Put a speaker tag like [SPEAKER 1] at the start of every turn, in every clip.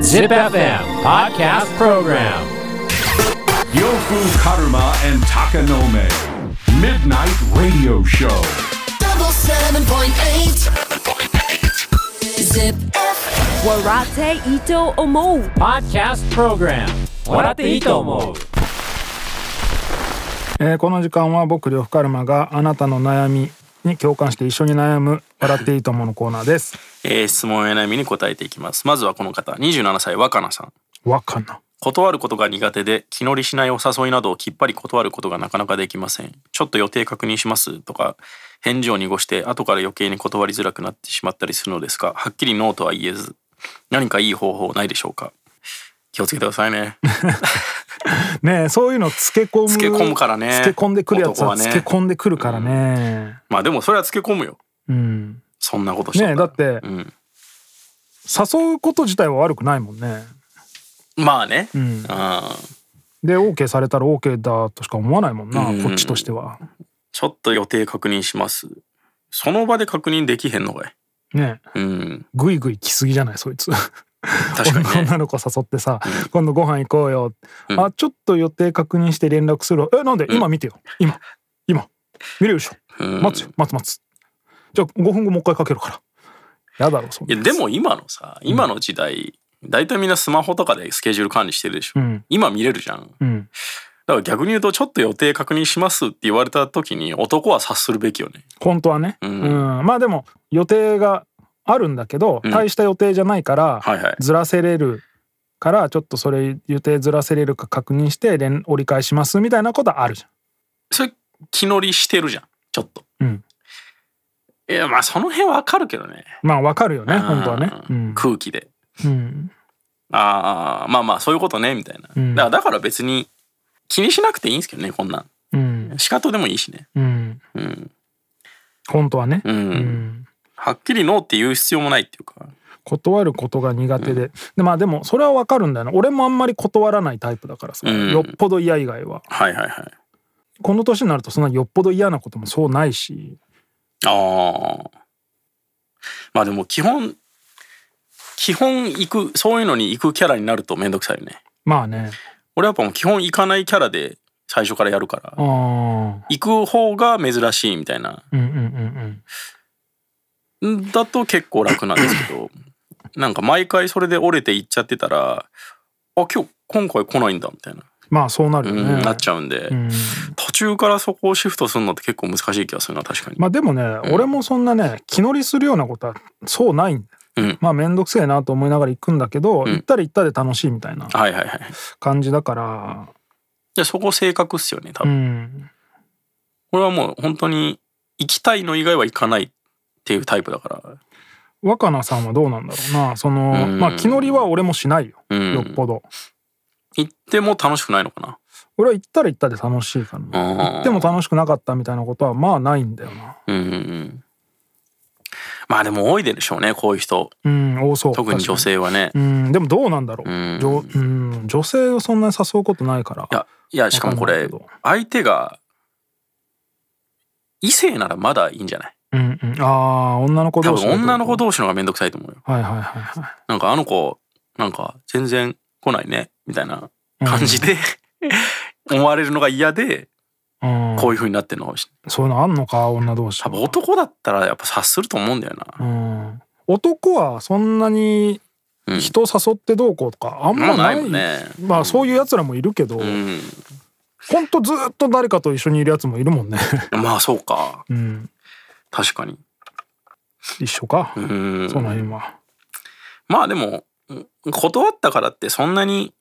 [SPEAKER 1] Zip FM Podcast Program
[SPEAKER 2] Yofu Karuma and Takanome. Midnight Radio Show.
[SPEAKER 3] double seven point eight. Zip.
[SPEAKER 4] Warate Ito Omo
[SPEAKER 1] Podcast Program 笑っていいと思う
[SPEAKER 5] えーこの時間は僕呂布カルマがあなたの悩みに共感して一緒に悩む笑っていいと思うのコーナーです
[SPEAKER 6] えー質問や悩みに答えていきますまずはこの方27歳若菜さん
[SPEAKER 5] わかんな
[SPEAKER 6] 断ることが苦手で気乗りしないお誘いなどをきっぱり断ることがなかなかできませんちょっと予定確認しますとか返事を濁して後から余計に断りづらくなってしまったりするのですがはっきりノーとは言えず何かいい方法ないでしょうか気をつけてくださ いね
[SPEAKER 5] ねえそういうのつけ込む
[SPEAKER 6] つけ込むからね
[SPEAKER 5] つけ込んでくるやつ
[SPEAKER 6] 男
[SPEAKER 5] は
[SPEAKER 6] はね
[SPEAKER 5] つけ込んでくるからね
[SPEAKER 6] まあでもそれはつけ込むよ
[SPEAKER 5] うん
[SPEAKER 6] そんなことしてたら
[SPEAKER 5] ねえだって
[SPEAKER 6] うん、
[SPEAKER 5] 誘うこと自体は悪くないもんね
[SPEAKER 6] まあねうん
[SPEAKER 5] で OK されたら OK だとしか思わないもんな
[SPEAKER 6] うん
[SPEAKER 5] こっちとしては
[SPEAKER 6] ちょっと予定確認しますその場で確認できへんのかい
[SPEAKER 5] ねえ
[SPEAKER 6] うん
[SPEAKER 5] ぐいぐい来すぎじゃないそいつ
[SPEAKER 6] 確かにね
[SPEAKER 5] 女の子誘ってさ「今度ご飯行こうよ」あちょっと予定確認して連絡するわえなんで今見てよ今今見れるでしょ
[SPEAKER 6] うん
[SPEAKER 5] 待つよ待つ待つじゃあ5分後もう一回かけるからやだろそん
[SPEAKER 6] い
[SPEAKER 5] な
[SPEAKER 6] やでも今のさ今の時代、大体みんなスマホとかでスケジュール管理してるでし
[SPEAKER 5] う
[SPEAKER 6] ょ、
[SPEAKER 5] ん
[SPEAKER 6] 今見れるじゃんだか
[SPEAKER 5] うん
[SPEAKER 6] ら逆に言うとちょっと予定確認しますって言われた時に男は察するべきよね
[SPEAKER 5] 本当はね、
[SPEAKER 6] うん
[SPEAKER 5] うんまあでも予定があるんだけど、
[SPEAKER 6] ん
[SPEAKER 5] 大した予定じゃないから、
[SPEAKER 6] はいはい
[SPEAKER 5] ずらせれるからちょっとそれ予定ずらせれるか確認して連折り返しますみたいなことあるじ
[SPEAKER 6] それ気乗りしてるじゃんちょっと
[SPEAKER 5] ゃん、うん、
[SPEAKER 6] いやまあその辺わかるけどね
[SPEAKER 5] まあわかるよね
[SPEAKER 6] うん
[SPEAKER 5] 本当はねうん、
[SPEAKER 6] 空気で
[SPEAKER 5] うん、
[SPEAKER 6] ああまあまあそういうことねみたいな、
[SPEAKER 5] うん
[SPEAKER 6] だからだから別に気にしなくていいんですけどねこんなん
[SPEAKER 5] うん
[SPEAKER 6] 仕方でもいいしね
[SPEAKER 5] うん
[SPEAKER 6] うん
[SPEAKER 5] 本当はね、
[SPEAKER 6] うん、
[SPEAKER 5] うん
[SPEAKER 6] はっきりノーって言う必要もないっていうか
[SPEAKER 5] 断ることが苦手で,、でまあでもそれはわかるんだよな俺もあんまり断らないタイプだからさ、
[SPEAKER 6] うん
[SPEAKER 5] よっぽど嫌以外は
[SPEAKER 6] はいはいはい
[SPEAKER 5] この年になるとそんなよっぽど嫌なこともそうないし
[SPEAKER 6] ああ。まあでも基本、基本行く、そういうのに行くキャラになるとめんどくさいよね。
[SPEAKER 5] まあね
[SPEAKER 6] 俺やっぱもう基本行かないキャラで最初からやるから、
[SPEAKER 5] あー
[SPEAKER 6] 行く方が珍しいみたいな。
[SPEAKER 5] うんうんうん
[SPEAKER 6] んだと結構楽なんですけど、なんか毎回それで折れて行っちゃってたら、あ、今日、今回来ないんだみたいな、
[SPEAKER 5] まあそうなる
[SPEAKER 6] う
[SPEAKER 5] よ
[SPEAKER 6] ん
[SPEAKER 5] ね、
[SPEAKER 6] なっちゃうんで、
[SPEAKER 5] うん
[SPEAKER 6] 途中からそこをシフトするのって結構難しい気がするな、確かに。
[SPEAKER 5] まあでもね、
[SPEAKER 6] ん
[SPEAKER 5] 俺もそんなね気乗りするようなことはそうないんだよ
[SPEAKER 6] うん
[SPEAKER 5] まあ面倒くせえなと思いながら行くんだけど、
[SPEAKER 6] ん
[SPEAKER 5] 行ったら行ったで楽しいみたいな
[SPEAKER 6] はいはいはい。
[SPEAKER 5] 感じだから
[SPEAKER 6] じゃあそこ性格っすよね、多分。
[SPEAKER 5] うん
[SPEAKER 6] これはもう本当に行きたいの以外は行かないっていうタイプだから
[SPEAKER 5] 若菜さんはどうなんだろうなその、
[SPEAKER 6] うん
[SPEAKER 5] まあ気乗りは俺もしないよ、
[SPEAKER 6] うん
[SPEAKER 5] よっぽど
[SPEAKER 6] 行っても楽しくないのか
[SPEAKER 5] 俺は行ったら行ったで楽しいから
[SPEAKER 6] な
[SPEAKER 5] な行っても楽しくなかったみたいなことはまあないんだよな
[SPEAKER 6] うんうんうんまあでも多いでしょうねこういう人
[SPEAKER 5] うん多そう
[SPEAKER 6] 特に女性はね
[SPEAKER 5] うん、でもどうなんだろう。
[SPEAKER 6] うん
[SPEAKER 5] 女うん女性をそんなに誘うことないから。
[SPEAKER 6] いやいやしかもこ
[SPEAKER 5] わ
[SPEAKER 6] れ
[SPEAKER 5] かんないけど
[SPEAKER 6] 相手が異性ならまだいいんじゃない
[SPEAKER 5] うんうん、ああ、女の子
[SPEAKER 6] 多
[SPEAKER 5] 同士
[SPEAKER 6] 分
[SPEAKER 5] がってこと。
[SPEAKER 6] 女の子同士の方がめんどくさいと思うよ
[SPEAKER 5] はいはいはいは
[SPEAKER 6] なんかあの子なんか全然来ないねみたいな感 じで思われるのが嫌で
[SPEAKER 5] い。うん、
[SPEAKER 6] こういう風になってるのかもしれない
[SPEAKER 5] そういうのあんのか、女同士。
[SPEAKER 6] 多分男だったらやっぱ察すると思うんだよ
[SPEAKER 5] う
[SPEAKER 6] な。
[SPEAKER 5] ん。男はそんなに
[SPEAKER 6] うん
[SPEAKER 5] 人誘ってどうこうとかあんま
[SPEAKER 6] もうな
[SPEAKER 5] ないい。
[SPEAKER 6] もんね
[SPEAKER 5] まあそういう奴らもいるけど、
[SPEAKER 6] うん。
[SPEAKER 5] ほんとずっと誰かと一緒にいる奴もいるもんね。
[SPEAKER 6] まあそうか。
[SPEAKER 5] うん。
[SPEAKER 6] 確かに。
[SPEAKER 5] 一緒か。
[SPEAKER 6] うん。
[SPEAKER 5] その辺は。
[SPEAKER 6] まあでも、うん断ったからってそんなに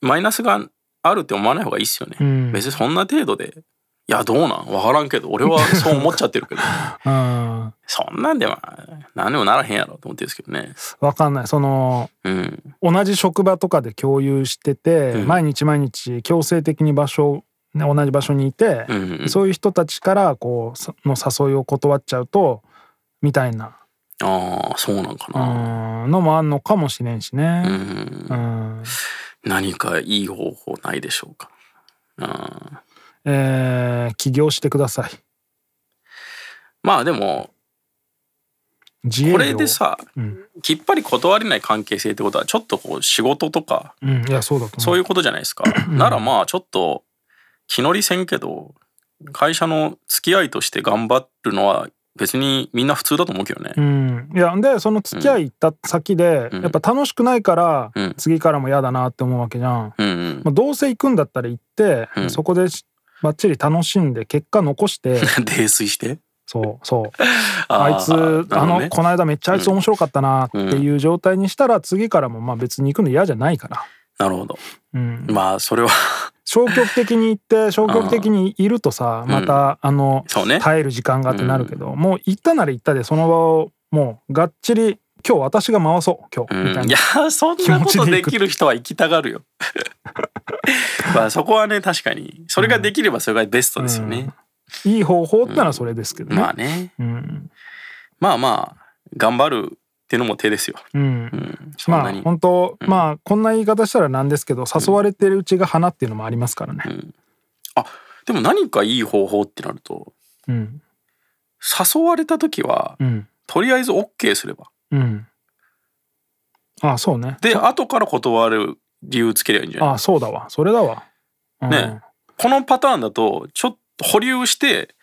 [SPEAKER 6] マイナスがあるって思わない方がいいっすよね。
[SPEAKER 5] うん
[SPEAKER 6] 別にそんな程度で。いや、どうなんわからんけど、俺はそう思っちゃってる けど。
[SPEAKER 5] うん。
[SPEAKER 6] そんなんでまあ、何でもならへんやろと思ってるんですけどね。
[SPEAKER 5] わかんない。その、
[SPEAKER 6] うん。
[SPEAKER 5] 同じ職場とかで共有してて、
[SPEAKER 6] うん
[SPEAKER 5] 毎日毎日強制的に場所、ね、同じ場所にいて、
[SPEAKER 6] うん。
[SPEAKER 5] そういう人たちからこうその誘いを断っちゃうとみたいな
[SPEAKER 6] ああ、そうなんか
[SPEAKER 5] う
[SPEAKER 6] な。
[SPEAKER 5] んのもあんのかもしれんし
[SPEAKER 6] う
[SPEAKER 5] ね。
[SPEAKER 6] ん
[SPEAKER 5] うん。
[SPEAKER 6] 何かいい方法ないでしょうか。うん。
[SPEAKER 5] えー起業してください。
[SPEAKER 6] まあでも
[SPEAKER 5] 自営業
[SPEAKER 6] これでさ、
[SPEAKER 5] ん
[SPEAKER 6] きっぱり断れない関係性ってことはちょっとこう仕事とか
[SPEAKER 5] うんいやそうだと思う
[SPEAKER 6] そういうことじゃないですか、ならまあちょっと気乗りせんけど会社の付き合いとして頑張るのは別にみんな普通だと思うけどね、
[SPEAKER 5] うん、いやでその付き合い行った先で、
[SPEAKER 6] ん
[SPEAKER 5] やっぱ楽しくないから、
[SPEAKER 6] うん
[SPEAKER 5] 次からも嫌だなって思うわけじゃん、
[SPEAKER 6] うんうん
[SPEAKER 5] まあ、どうせ行くんだったら行って、
[SPEAKER 6] うん
[SPEAKER 5] そこでしばっちり楽しんで結果残して
[SPEAKER 6] 泥酔して
[SPEAKER 5] そうそう
[SPEAKER 6] あー
[SPEAKER 5] あいつあ
[SPEAKER 6] なるほど
[SPEAKER 5] の、
[SPEAKER 6] ね
[SPEAKER 5] この間めっちゃあいつ面白かったなっていう状態にしたら、次からもまあ別に行くの嫌じゃないから、
[SPEAKER 6] なるほど
[SPEAKER 5] うん、
[SPEAKER 6] まあそれは
[SPEAKER 5] 消極的に行って消極的にいるとさまた、あの
[SPEAKER 6] そうね
[SPEAKER 5] 耐える時間がってなるけど、もう行ったなら行ったでその場をもうがっちり今日私が回そう今日
[SPEAKER 6] う
[SPEAKER 5] みたい
[SPEAKER 6] んい
[SPEAKER 5] な
[SPEAKER 6] や、そんなことできる人は行きたが るよまあそこはね確かにそれができればそれがベストですよね、
[SPEAKER 5] いい方法ってならそれですけどね。
[SPEAKER 6] まあね
[SPEAKER 5] うん
[SPEAKER 6] まあまあ頑張るっていうのも手ですよ、
[SPEAKER 5] うん
[SPEAKER 6] うん、そん
[SPEAKER 5] ま
[SPEAKER 6] な
[SPEAKER 5] あ
[SPEAKER 6] に、
[SPEAKER 5] 本当、まあこんな言い方したらなんですけど誘われてるうちが花っていうのもありますからね。
[SPEAKER 6] あでも何かいい方法ってなると
[SPEAKER 5] うん
[SPEAKER 6] 誘われた時は、
[SPEAKER 5] うん
[SPEAKER 6] とりあえず OK すれば
[SPEAKER 5] うん。ああそうね。
[SPEAKER 6] で後から断る理由つけりゃいいんじゃない
[SPEAKER 5] ああそうだわそれだわ。うん
[SPEAKER 6] ねこのパターンだとちょっと保留して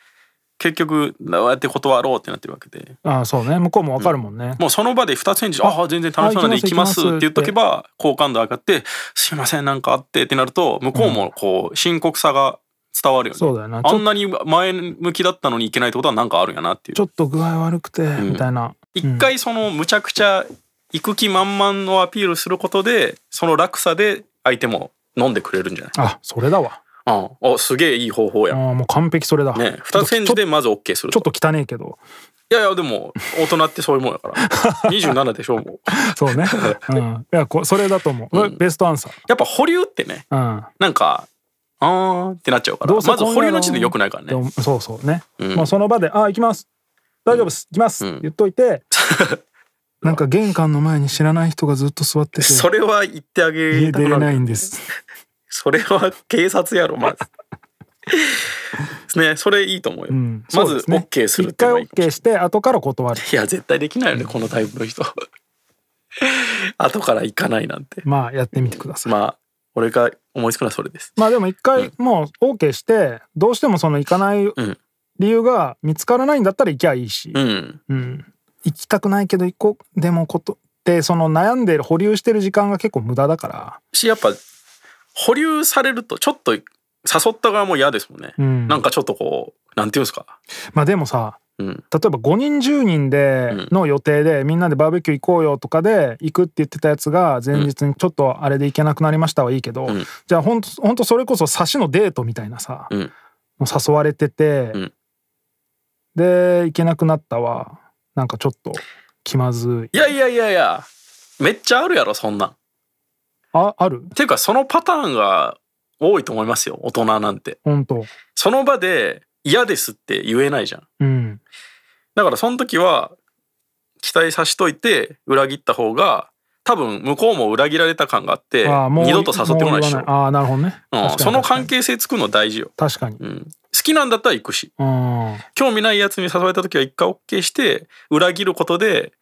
[SPEAKER 6] 結局どうやって断ろうってなってるわけで
[SPEAKER 5] ああそうね向こうもわかるもんね。
[SPEAKER 6] もうその場で2つ返事「ああ全然楽しそうなんで
[SPEAKER 5] あ行
[SPEAKER 6] 行
[SPEAKER 5] き
[SPEAKER 6] き
[SPEAKER 5] ま
[SPEAKER 6] ますす」って言っとけば好感度上がって「すいませんなんかあって」ってなると向こうもこう深刻さが伝わるよね、
[SPEAKER 5] そうだよなち
[SPEAKER 6] あ
[SPEAKER 5] ょ
[SPEAKER 6] んなに前向きだったのにいけないってことはなんかあるんやなっていう
[SPEAKER 5] ちょっと具合悪くてみたいな。
[SPEAKER 6] 一回そのむちゃくちゃ行く気満々のアピールすることでその落差で相手も飲んでくれるんじゃない
[SPEAKER 5] あそれだわ。
[SPEAKER 6] ああすげえいい方法
[SPEAKER 5] あ
[SPEAKER 6] やね
[SPEAKER 5] あもう完璧それだ。
[SPEAKER 6] 二つ返事でまず OK する
[SPEAKER 5] ちょ
[SPEAKER 6] と
[SPEAKER 5] っと汚ねえけど。
[SPEAKER 6] いやいやでも大人ってそういうもんやから 27でしょもう
[SPEAKER 5] そう ね。うん。いやこそれだと思う。ベストアンサ
[SPEAKER 6] やっぱ保留ってね
[SPEAKER 5] ー。
[SPEAKER 6] なんかあーってなっちゃうから
[SPEAKER 5] どう
[SPEAKER 6] ま
[SPEAKER 5] せ
[SPEAKER 6] ず保留の時点でよくないから
[SPEAKER 5] うん。で
[SPEAKER 6] ね
[SPEAKER 5] もそうそうね。
[SPEAKER 6] うん
[SPEAKER 5] もうその場で「ああ行きます。大丈夫です。行きます」
[SPEAKER 6] うん
[SPEAKER 5] 言っとい て。なんか玄関の前に知らない人がずっと座ってて
[SPEAKER 6] それは言ってあげ
[SPEAKER 5] 家
[SPEAKER 6] た
[SPEAKER 5] 出れ
[SPEAKER 6] くな
[SPEAKER 5] な
[SPEAKER 6] る
[SPEAKER 5] いんです。
[SPEAKER 6] それは警察やろまず ねそれいいと思うよ、
[SPEAKER 5] うん
[SPEAKER 6] ま
[SPEAKER 5] そう
[SPEAKER 6] ず
[SPEAKER 5] ですね
[SPEAKER 6] OK するっ
[SPEAKER 5] 一
[SPEAKER 6] てい
[SPEAKER 5] 回
[SPEAKER 6] うのがいいかもしれない
[SPEAKER 5] OK して後から断る
[SPEAKER 6] いや絶対できないよねこのタイプの人 後から行かないなんて
[SPEAKER 5] まあやってみてください
[SPEAKER 6] まあ俺が思いつくのはそれです
[SPEAKER 5] まあでも一回もう OK してどうしてもその行かない
[SPEAKER 6] ん
[SPEAKER 5] 理由が見つからないんだったら行きゃいいし
[SPEAKER 6] う、ん
[SPEAKER 5] うん、行きたくないけど行こうでもことってその悩んでる保留してる時間が結構無駄だから
[SPEAKER 6] しやっぱ保留されるとちょっと誘った側も嫌ですもんね、
[SPEAKER 5] ん
[SPEAKER 6] なんかちょっとこうなんていうんですか
[SPEAKER 5] まあでもさ
[SPEAKER 6] うん
[SPEAKER 5] 例えば5人10人での予定でみんなでバーベキュー行こうよとかで行くって言ってたやつが前日にちょっとあれで行けなくなりましたはいいけど、
[SPEAKER 6] ん
[SPEAKER 5] じゃあほんとほんとそれこそ差しのデートみたいなさ、
[SPEAKER 6] うん
[SPEAKER 5] もう誘われてて、
[SPEAKER 6] うん
[SPEAKER 5] で行けなくなったはなんかちょっと気まずい
[SPEAKER 6] いやいやいやいやめっちゃあるやろそんなんっ
[SPEAKER 5] あある
[SPEAKER 6] ていうかそのパターンが多いと思いますよ大人なんて
[SPEAKER 5] 本当
[SPEAKER 6] その場で嫌ですって言えないじゃん
[SPEAKER 5] うん
[SPEAKER 6] だからその時は期待さしといて裏切った方が多分向こうも裏切られた感があって
[SPEAKER 5] あー
[SPEAKER 6] 二度と誘ってこないでしょ
[SPEAKER 5] もう言わああなるほどね、
[SPEAKER 6] うん、その関
[SPEAKER 5] 係
[SPEAKER 6] 係性作るの大事よ、
[SPEAKER 5] 確かに
[SPEAKER 6] うん、好きなんだったら行くし
[SPEAKER 5] うん
[SPEAKER 6] 興味ないやつに誘われた時は一回 OK して裏切ることで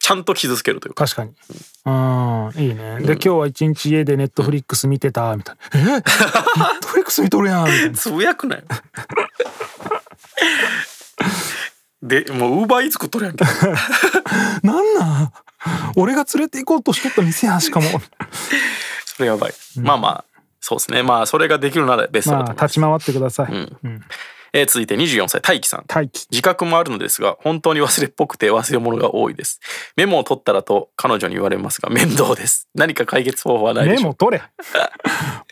[SPEAKER 6] ちゃんと傷つけるというか
[SPEAKER 5] 確かにうんいいねで今日は一日家でネットフリックス見てたみたいな「え ネットフリックス見とるやん」みたいな
[SPEAKER 6] つぶや くなよでもうウーバーイーツ食っとるやんけ
[SPEAKER 5] 「 なんなん俺が連れて行こうとしとった店やし かも」
[SPEAKER 6] それやばい、まあまあそうですねまあそれができるならベストだ
[SPEAKER 5] ま
[SPEAKER 6] と
[SPEAKER 5] あ
[SPEAKER 6] 思いま
[SPEAKER 5] 立ち
[SPEAKER 6] す、
[SPEAKER 5] 回ってください、
[SPEAKER 6] えー続いて24歳大輝さん
[SPEAKER 5] 待機
[SPEAKER 6] 自覚もあるのですが本当に忘れっぽくて忘れ物が多いですメモを取ったらと彼女に言われますが面倒です何か解決方法はないで
[SPEAKER 5] メ
[SPEAKER 6] しょう
[SPEAKER 5] モ取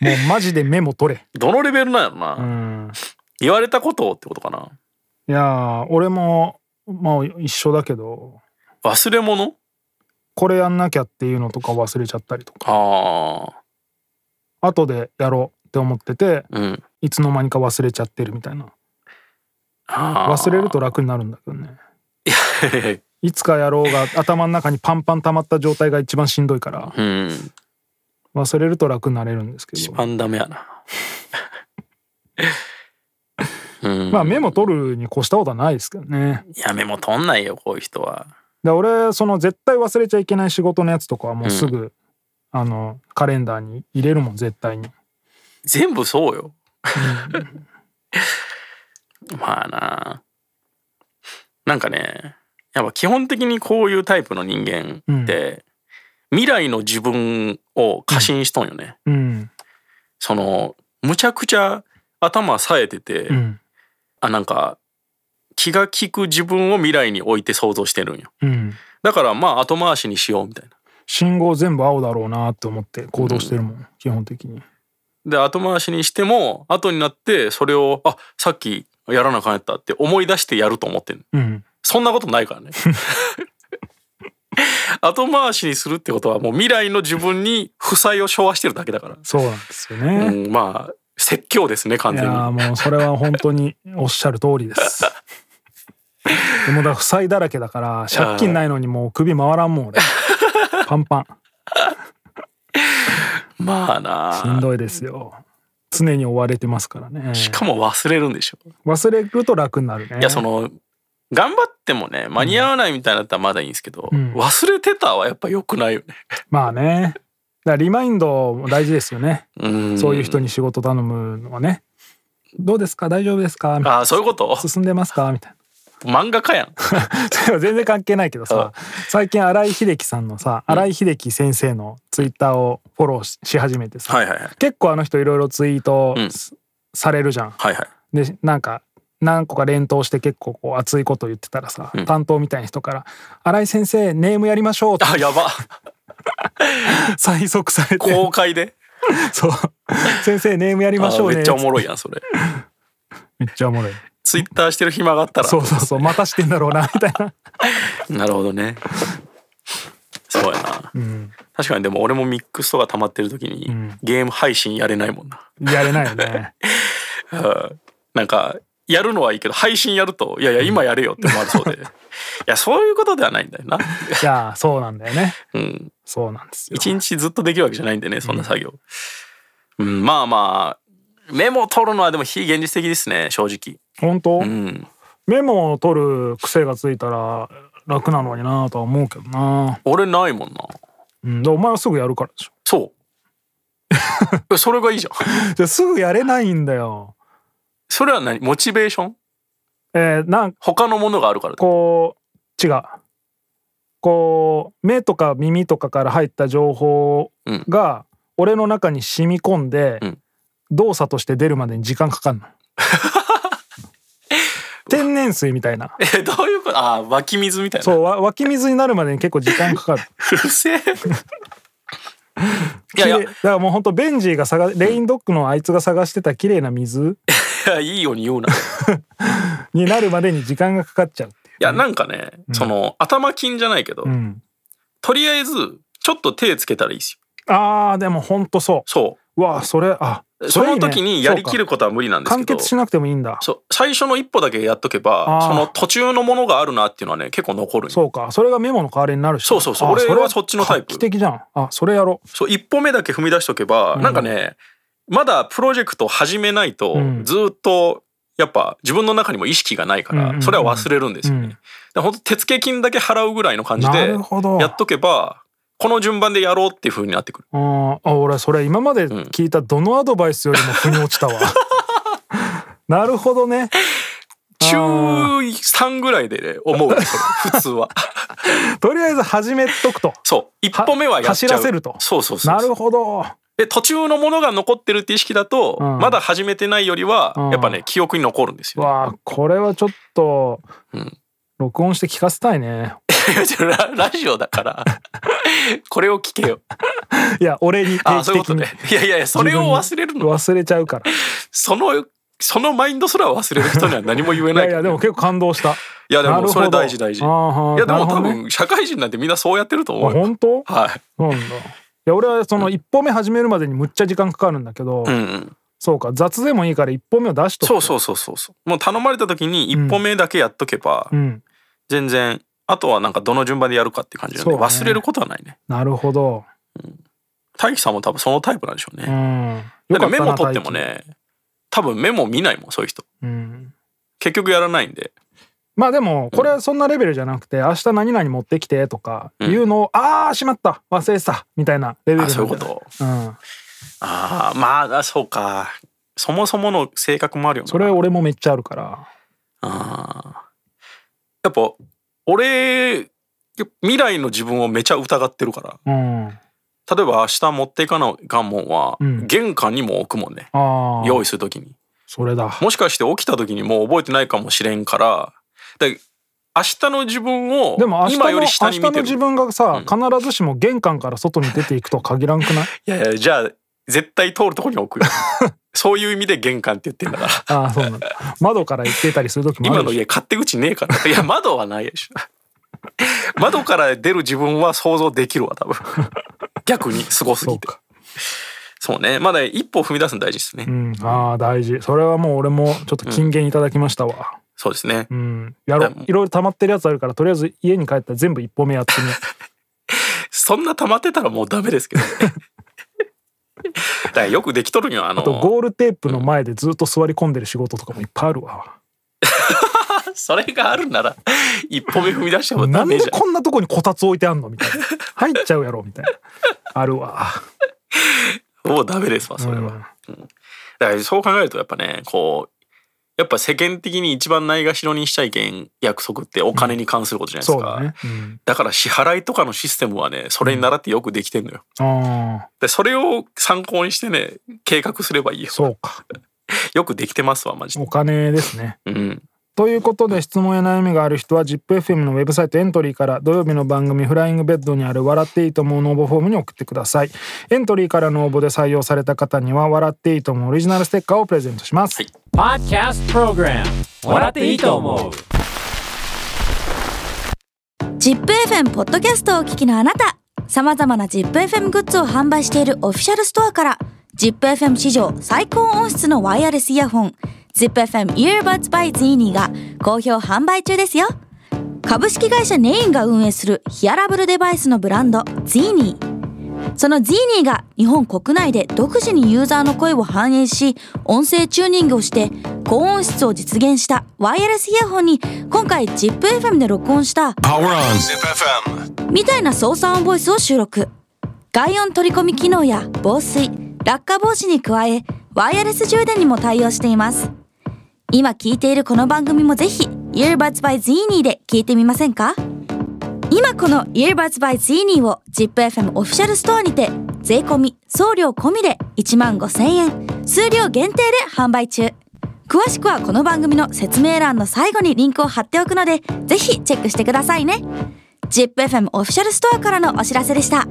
[SPEAKER 5] れもうマジでメモ取れ
[SPEAKER 6] どのレベルなんやろな、
[SPEAKER 5] うん
[SPEAKER 6] 言われたことをってことかない
[SPEAKER 5] やー俺もまあ一緒だけど
[SPEAKER 6] 忘れ物
[SPEAKER 5] これやんなきゃっていうのとか忘れちゃったりとか
[SPEAKER 6] ああ
[SPEAKER 5] 後でやろうって思ってて
[SPEAKER 6] うん
[SPEAKER 5] いつの間にか忘れちゃってるみたいな
[SPEAKER 6] あ
[SPEAKER 5] 忘れると楽になるんだけどね
[SPEAKER 6] ー
[SPEAKER 5] いつかやろうが頭の中にパンパン溜まった状態が一番しんどいから
[SPEAKER 6] うん
[SPEAKER 5] 忘れると楽になれるんですけ
[SPEAKER 6] 一
[SPEAKER 5] ど
[SPEAKER 6] 番ダメや なうん
[SPEAKER 5] まあメモ取るに越したことはないですけどね
[SPEAKER 6] いやメモ取んないよこういう人は
[SPEAKER 5] で俺その絶対忘れちゃいけない仕事のやつとかはもうすぐ、あのカレンダーに入れるもん絶対に
[SPEAKER 6] 全部そうよまあななんかねやっぱ基本的にこういうタイプの人間って、未来の自分を過信しとんよね、
[SPEAKER 5] うん
[SPEAKER 6] そのむちゃくちゃ頭冴えてて、
[SPEAKER 5] うん
[SPEAKER 6] あなんか気が利く自分を未来に置いて想像してるんよ
[SPEAKER 5] うん
[SPEAKER 6] だからまあ後回しにしようみたいな
[SPEAKER 5] 信号全部青だろうなって思って行動してるもん、基本的に
[SPEAKER 6] で後回しにしても後になってそれをあさっきやらなあかんやったって思い出してやると思ってんの
[SPEAKER 5] うん
[SPEAKER 6] そんなことないからね 後回しにするってことはもう未来の自分に負債を承和してるだけだか
[SPEAKER 5] そうなんですよ
[SPEAKER 6] ら、
[SPEAKER 5] ね、
[SPEAKER 6] うん、まあ説教ですね完
[SPEAKER 5] い
[SPEAKER 6] 全に
[SPEAKER 5] やーもうそれは本当におっしゃる通りです でもだから負債だらけだから借金ないのにもう首回らんもん俺パンパン
[SPEAKER 6] まあな
[SPEAKER 5] しんどいですよ常に追われてますからね
[SPEAKER 6] しかも忘れるんでしょ
[SPEAKER 5] 忘れると楽になるね
[SPEAKER 6] いやその頑張ってもね間に合わないみたいだったらまだいいんですけど、
[SPEAKER 5] うん
[SPEAKER 6] 忘れてたはやっぱ良くないよね。
[SPEAKER 5] まあねだからリマインドも大事ですよね
[SPEAKER 6] うん
[SPEAKER 5] そういう人に仕事頼むのはねどうですか大丈夫ですかみたい
[SPEAKER 6] ああそういうこと
[SPEAKER 5] な進んでますかみたいな
[SPEAKER 6] 漫画家やん。
[SPEAKER 5] それ は全然関係ないけどさ最近新井秀樹さんのさ新井秀樹先生のツイッターをフォローしし始めてさ、
[SPEAKER 6] はいはいはい
[SPEAKER 5] 結構あの人いろいろツイート
[SPEAKER 6] うん
[SPEAKER 5] すされるじゃん。
[SPEAKER 6] はいはい。
[SPEAKER 5] でなんか何個か連投して結構こう熱いこと言ってたらさ、
[SPEAKER 6] ん
[SPEAKER 5] 担当みたいな人から「新井先生ネームやりましょう」 って
[SPEAKER 6] あやば
[SPEAKER 5] 催促されて
[SPEAKER 6] 公開で。
[SPEAKER 5] そう「先生ネームやりまし
[SPEAKER 6] あ
[SPEAKER 5] ょうね」
[SPEAKER 6] めっちゃおもろいやんそれ。
[SPEAKER 5] めっちゃおもろい
[SPEAKER 6] ツイッターしてる暇があったら。
[SPEAKER 5] そうそうそうまたしてんだろうなみたいな
[SPEAKER 6] なるほどね。そうやな。
[SPEAKER 5] うん
[SPEAKER 6] 確かにでも俺もミックスとか溜まってる時に、
[SPEAKER 5] ん
[SPEAKER 6] ゲーム配信やれないもんな。
[SPEAKER 5] やれないよ ね
[SPEAKER 6] うんなんかやるのはいいけど配信やるといやいや今やれよって思われそう で。いやそういうことではないんだよな。
[SPEAKER 5] いやそうなんだよね
[SPEAKER 6] うん。
[SPEAKER 5] そうなんですよ
[SPEAKER 6] 一日ずっとできるわけじゃないんでねそんな作業、うんまあまあメモ取るのはでも非現実的ですね正直
[SPEAKER 5] 本当、
[SPEAKER 6] うん
[SPEAKER 5] メモを取る癖がついたら楽なのになとは思うけどな、
[SPEAKER 6] 俺ないもんな
[SPEAKER 5] うん、でお前はすぐやるからでしょ
[SPEAKER 6] そうそれがいいじゃん
[SPEAKER 5] じゃあすぐやれないんだよ
[SPEAKER 6] それは何モチベーション
[SPEAKER 5] えー、なん
[SPEAKER 6] 他のものがあるからだ
[SPEAKER 5] こう違うこう目とか耳とかから入った情報が俺の中に染み込んで、
[SPEAKER 6] うん
[SPEAKER 5] 動作として出るまでに時間かか んの天然水みたいな
[SPEAKER 6] えどういうことああ湧き水みたいな
[SPEAKER 5] そうわ湧き水になるまでに結構時間かかる
[SPEAKER 6] うる せえいやいや
[SPEAKER 5] 綺麗だからもうほんとベンジーが探レインドッグのあいつが探してた綺麗な 水
[SPEAKER 6] いやいいように言うない
[SPEAKER 5] になるまでに時間がかかっちゃうっていう
[SPEAKER 6] やなんかね、その頭金じゃないけど、
[SPEAKER 5] うん、
[SPEAKER 6] とりあえずちょっと手つけたらいいですよ
[SPEAKER 5] あーでもほんとそ
[SPEAKER 6] そ
[SPEAKER 5] う
[SPEAKER 6] う
[SPEAKER 5] わあそれあ
[SPEAKER 6] そ
[SPEAKER 5] れい
[SPEAKER 6] の
[SPEAKER 5] いね
[SPEAKER 6] 時にやりきることは無理なんです
[SPEAKER 5] 完
[SPEAKER 6] けど、
[SPEAKER 5] 結しなくてもいいんだ
[SPEAKER 6] そう最初の一歩だけやっとけば
[SPEAKER 5] あー
[SPEAKER 6] その途中のものがあるなっていうのはね結構残るんよ
[SPEAKER 5] そうかそれがメモの代わりになるし
[SPEAKER 6] そうそうそう
[SPEAKER 5] あ
[SPEAKER 6] 俺は
[SPEAKER 5] れ
[SPEAKER 6] そっちのタイプ
[SPEAKER 5] 画期的じゃんあそれやろ
[SPEAKER 6] そう一歩目だけ踏み出しとけば、
[SPEAKER 5] うん
[SPEAKER 6] なんかねまだプロジェクト始めないと、
[SPEAKER 5] うん
[SPEAKER 6] ずーっとやっぱ自分の中にも意識がないか
[SPEAKER 5] うん
[SPEAKER 6] ら、
[SPEAKER 5] うんうん
[SPEAKER 6] それは忘れるんですよね。
[SPEAKER 5] うん
[SPEAKER 6] だからほんと手付金だけ払うぐらいの
[SPEAKER 5] う
[SPEAKER 6] 感じ
[SPEAKER 5] な
[SPEAKER 6] で
[SPEAKER 5] るほど
[SPEAKER 6] やっとけばこの順番でやろうっていう風になってくる。
[SPEAKER 5] うんあ俺それ今まで聞いたどのアドバイスよりも腑に落ち たわなるほどね
[SPEAKER 6] 中3ぐらいでね、思うよそれ 普通は。
[SPEAKER 5] とりあえず始めとくと
[SPEAKER 6] そう一歩目はやっちゃ
[SPEAKER 5] 走
[SPEAKER 6] う。
[SPEAKER 5] らせると
[SPEAKER 6] そうそうそうそう
[SPEAKER 5] なるほど
[SPEAKER 6] で途中のものが残ってるって意識だと、
[SPEAKER 5] うん
[SPEAKER 6] まだ始めてないよりは、
[SPEAKER 5] うん
[SPEAKER 6] やっぱね記憶に残るんですよ、
[SPEAKER 5] わあこれはちょっと
[SPEAKER 6] うん
[SPEAKER 5] 録音して聞かせたいね
[SPEAKER 6] ララ ジオだからこれを聞けよ
[SPEAKER 5] いや俺に
[SPEAKER 6] あ
[SPEAKER 5] 定
[SPEAKER 6] あそ
[SPEAKER 5] 期
[SPEAKER 6] ういうこ
[SPEAKER 5] 的に
[SPEAKER 6] とねいやいやいやそれを忘れるの
[SPEAKER 5] 忘れちゃうから
[SPEAKER 6] そのそのマインドすら忘れる人には何も言え
[SPEAKER 5] い
[SPEAKER 6] ない
[SPEAKER 5] や
[SPEAKER 6] か
[SPEAKER 5] い
[SPEAKER 6] ら
[SPEAKER 5] やでも結構感動した
[SPEAKER 6] いやで
[SPEAKER 5] なる
[SPEAKER 6] も
[SPEAKER 5] ほど
[SPEAKER 6] それ大事大事い
[SPEAKER 5] あーはー
[SPEAKER 6] やでも
[SPEAKER 5] なる
[SPEAKER 6] 多
[SPEAKER 5] ほどね
[SPEAKER 6] 分社会人なんてみんなそうやってると
[SPEAKER 5] あ
[SPEAKER 6] 思うよ
[SPEAKER 5] 本当
[SPEAKER 6] はい
[SPEAKER 5] そうなんだいや俺はその一歩目始めるまでにむっちゃ時間かかるんだけど、
[SPEAKER 6] うんうん、
[SPEAKER 5] そうか雑でもいいから一歩目を出しとく
[SPEAKER 6] そうそうそうそうそうもう頼まれた時に一歩目だけやっとけば、
[SPEAKER 5] うん
[SPEAKER 6] 全然あとはなんかどの順番でやるかって感じなんで、
[SPEAKER 5] そうね
[SPEAKER 6] 忘れることはないね
[SPEAKER 5] なるほど、
[SPEAKER 6] 大樹さんも多分そのタイプなんでしょうね、
[SPEAKER 5] うん、よ
[SPEAKER 6] だか
[SPEAKER 5] かっ
[SPEAKER 6] らメ
[SPEAKER 5] た
[SPEAKER 6] モ
[SPEAKER 5] な
[SPEAKER 6] 取っても、ね多分メモ見ないもんそういう人
[SPEAKER 5] 大輝うん、
[SPEAKER 6] 結局やらないんで
[SPEAKER 5] まあでもこれはそんなレベルじゃなくて明日何々持ってきてとかいうのを、ああしまった忘れてたみたいなレベル
[SPEAKER 6] あ
[SPEAKER 5] なんじ
[SPEAKER 6] そ
[SPEAKER 5] ゃ
[SPEAKER 6] うい
[SPEAKER 5] な
[SPEAKER 6] うこと
[SPEAKER 5] うん、
[SPEAKER 6] ああまああそうかそもそもの性格もあるよな
[SPEAKER 5] それ俺もめっちゃあるから
[SPEAKER 6] あーやっぱ俺未来の自分をめちゃ疑ってるから
[SPEAKER 5] うん
[SPEAKER 6] 例えば明日持っていかなあかんもんは、
[SPEAKER 5] うん
[SPEAKER 6] 玄関にも置くもんね
[SPEAKER 5] ああ
[SPEAKER 6] 用意するときに
[SPEAKER 5] それだ
[SPEAKER 6] もしかして起きた時にもう覚えてないかもしれんからで明日の自分を
[SPEAKER 5] でも明日の
[SPEAKER 6] 今より下
[SPEAKER 5] 明
[SPEAKER 6] に
[SPEAKER 5] 日
[SPEAKER 6] 見
[SPEAKER 5] の
[SPEAKER 6] て
[SPEAKER 5] 自
[SPEAKER 6] る
[SPEAKER 5] 分がさ、必ずしも玄関から外に出ていくとは限らんく ない
[SPEAKER 6] いやいやじゃあ絶対通るとこに 置くよそういう意味で玄関って言ってんだから
[SPEAKER 5] ああそうなんだ窓から行ってたりする時もあ
[SPEAKER 6] 今
[SPEAKER 5] る
[SPEAKER 6] の
[SPEAKER 5] でしょ
[SPEAKER 6] 家勝手口ねえから いや窓はないでしょ 窓から出る自分は想像できるわ多分 逆にすごすぎてそうねまだ一歩踏み出すの大事ですね、
[SPEAKER 5] うん、ああ大事それはもう俺もちょっと金言いただきましたわ
[SPEAKER 6] そうですね、
[SPEAKER 5] うん、やろういろいろ溜まってるやつあるからとりあえず家に帰ったら全部一歩目やってみよ
[SPEAKER 6] そんな溜まってたらもうダメです けどねだからよくできとるにはあ の
[SPEAKER 5] うとゴールテープの前でずっと座り込んでる仕事とかもいっぱいあるわ
[SPEAKER 6] それがあるなら一歩目踏み出しても
[SPEAKER 5] な
[SPEAKER 6] ダ
[SPEAKER 5] ん
[SPEAKER 6] メ
[SPEAKER 5] で
[SPEAKER 6] じゃん。
[SPEAKER 5] こんなとこにこたつ置いてあんのみたいな入っちゃうやろみたいなある わ
[SPEAKER 6] もうダメですわそれは。
[SPEAKER 5] うん
[SPEAKER 6] だからそう考えるとやっぱねこうやっぱ世間的に一番ないがしろにしちゃいけん約束ってお金に関することじゃないです
[SPEAKER 5] そう
[SPEAKER 6] か。
[SPEAKER 5] だね、うん、
[SPEAKER 6] だから支払いとかのシステムはねそれに習ってよくできてんのよ。
[SPEAKER 5] ああ
[SPEAKER 6] でそれを参考にしてね計画すればいいよ。
[SPEAKER 5] そうか
[SPEAKER 6] よくできてますわマジで。
[SPEAKER 5] お金ですね
[SPEAKER 6] うん。
[SPEAKER 5] ということで質問や悩みがある人は ZIPFM のウェブサイトエントリーから土曜日の番組「フライングベッド」にある「笑っていいと思う」の応募フォームに送ってくださいエントリーからの応募で採用された方には「笑っていいと思う」オリジナルステッカーをプレゼントします、
[SPEAKER 1] Podcast Program 笑っていいと思う
[SPEAKER 7] ジップ f m ポッドキャストをお聞きのあなた様々なジップ f m グッズを販売しているオフィシャルストアからジップ f m 史上最高音質のワイヤレスイヤホン ZIPFM Earbuds by Zini が好評販売中ですよ株式会社ネインが運営するヒアラブルデバイスのブランド Zini その Zini が日本国内で独自にユーザーの声を反映し、音声チューニングをして、高音質を実現したワイヤレスイヤホンに、今回 ZIPFM で録音した、みたいな操作音ボイスを収録。外音取り込み機能や防水、落下防止に加え、ワイヤレス充電にも対応しています。今聞いているこの番組もぜひ、Earbuds by Zini で聞いてみませんか今この Earbuds by Zini を ZIPFM オフィシャルストアにて税込み送料込みで1万5000円数量限定で販売中詳しくはこの番組の説明欄の最後にリンクを貼っておくのでぜひチェックしてくださいね ZIPFM オフィシャルストアからのお知らせでした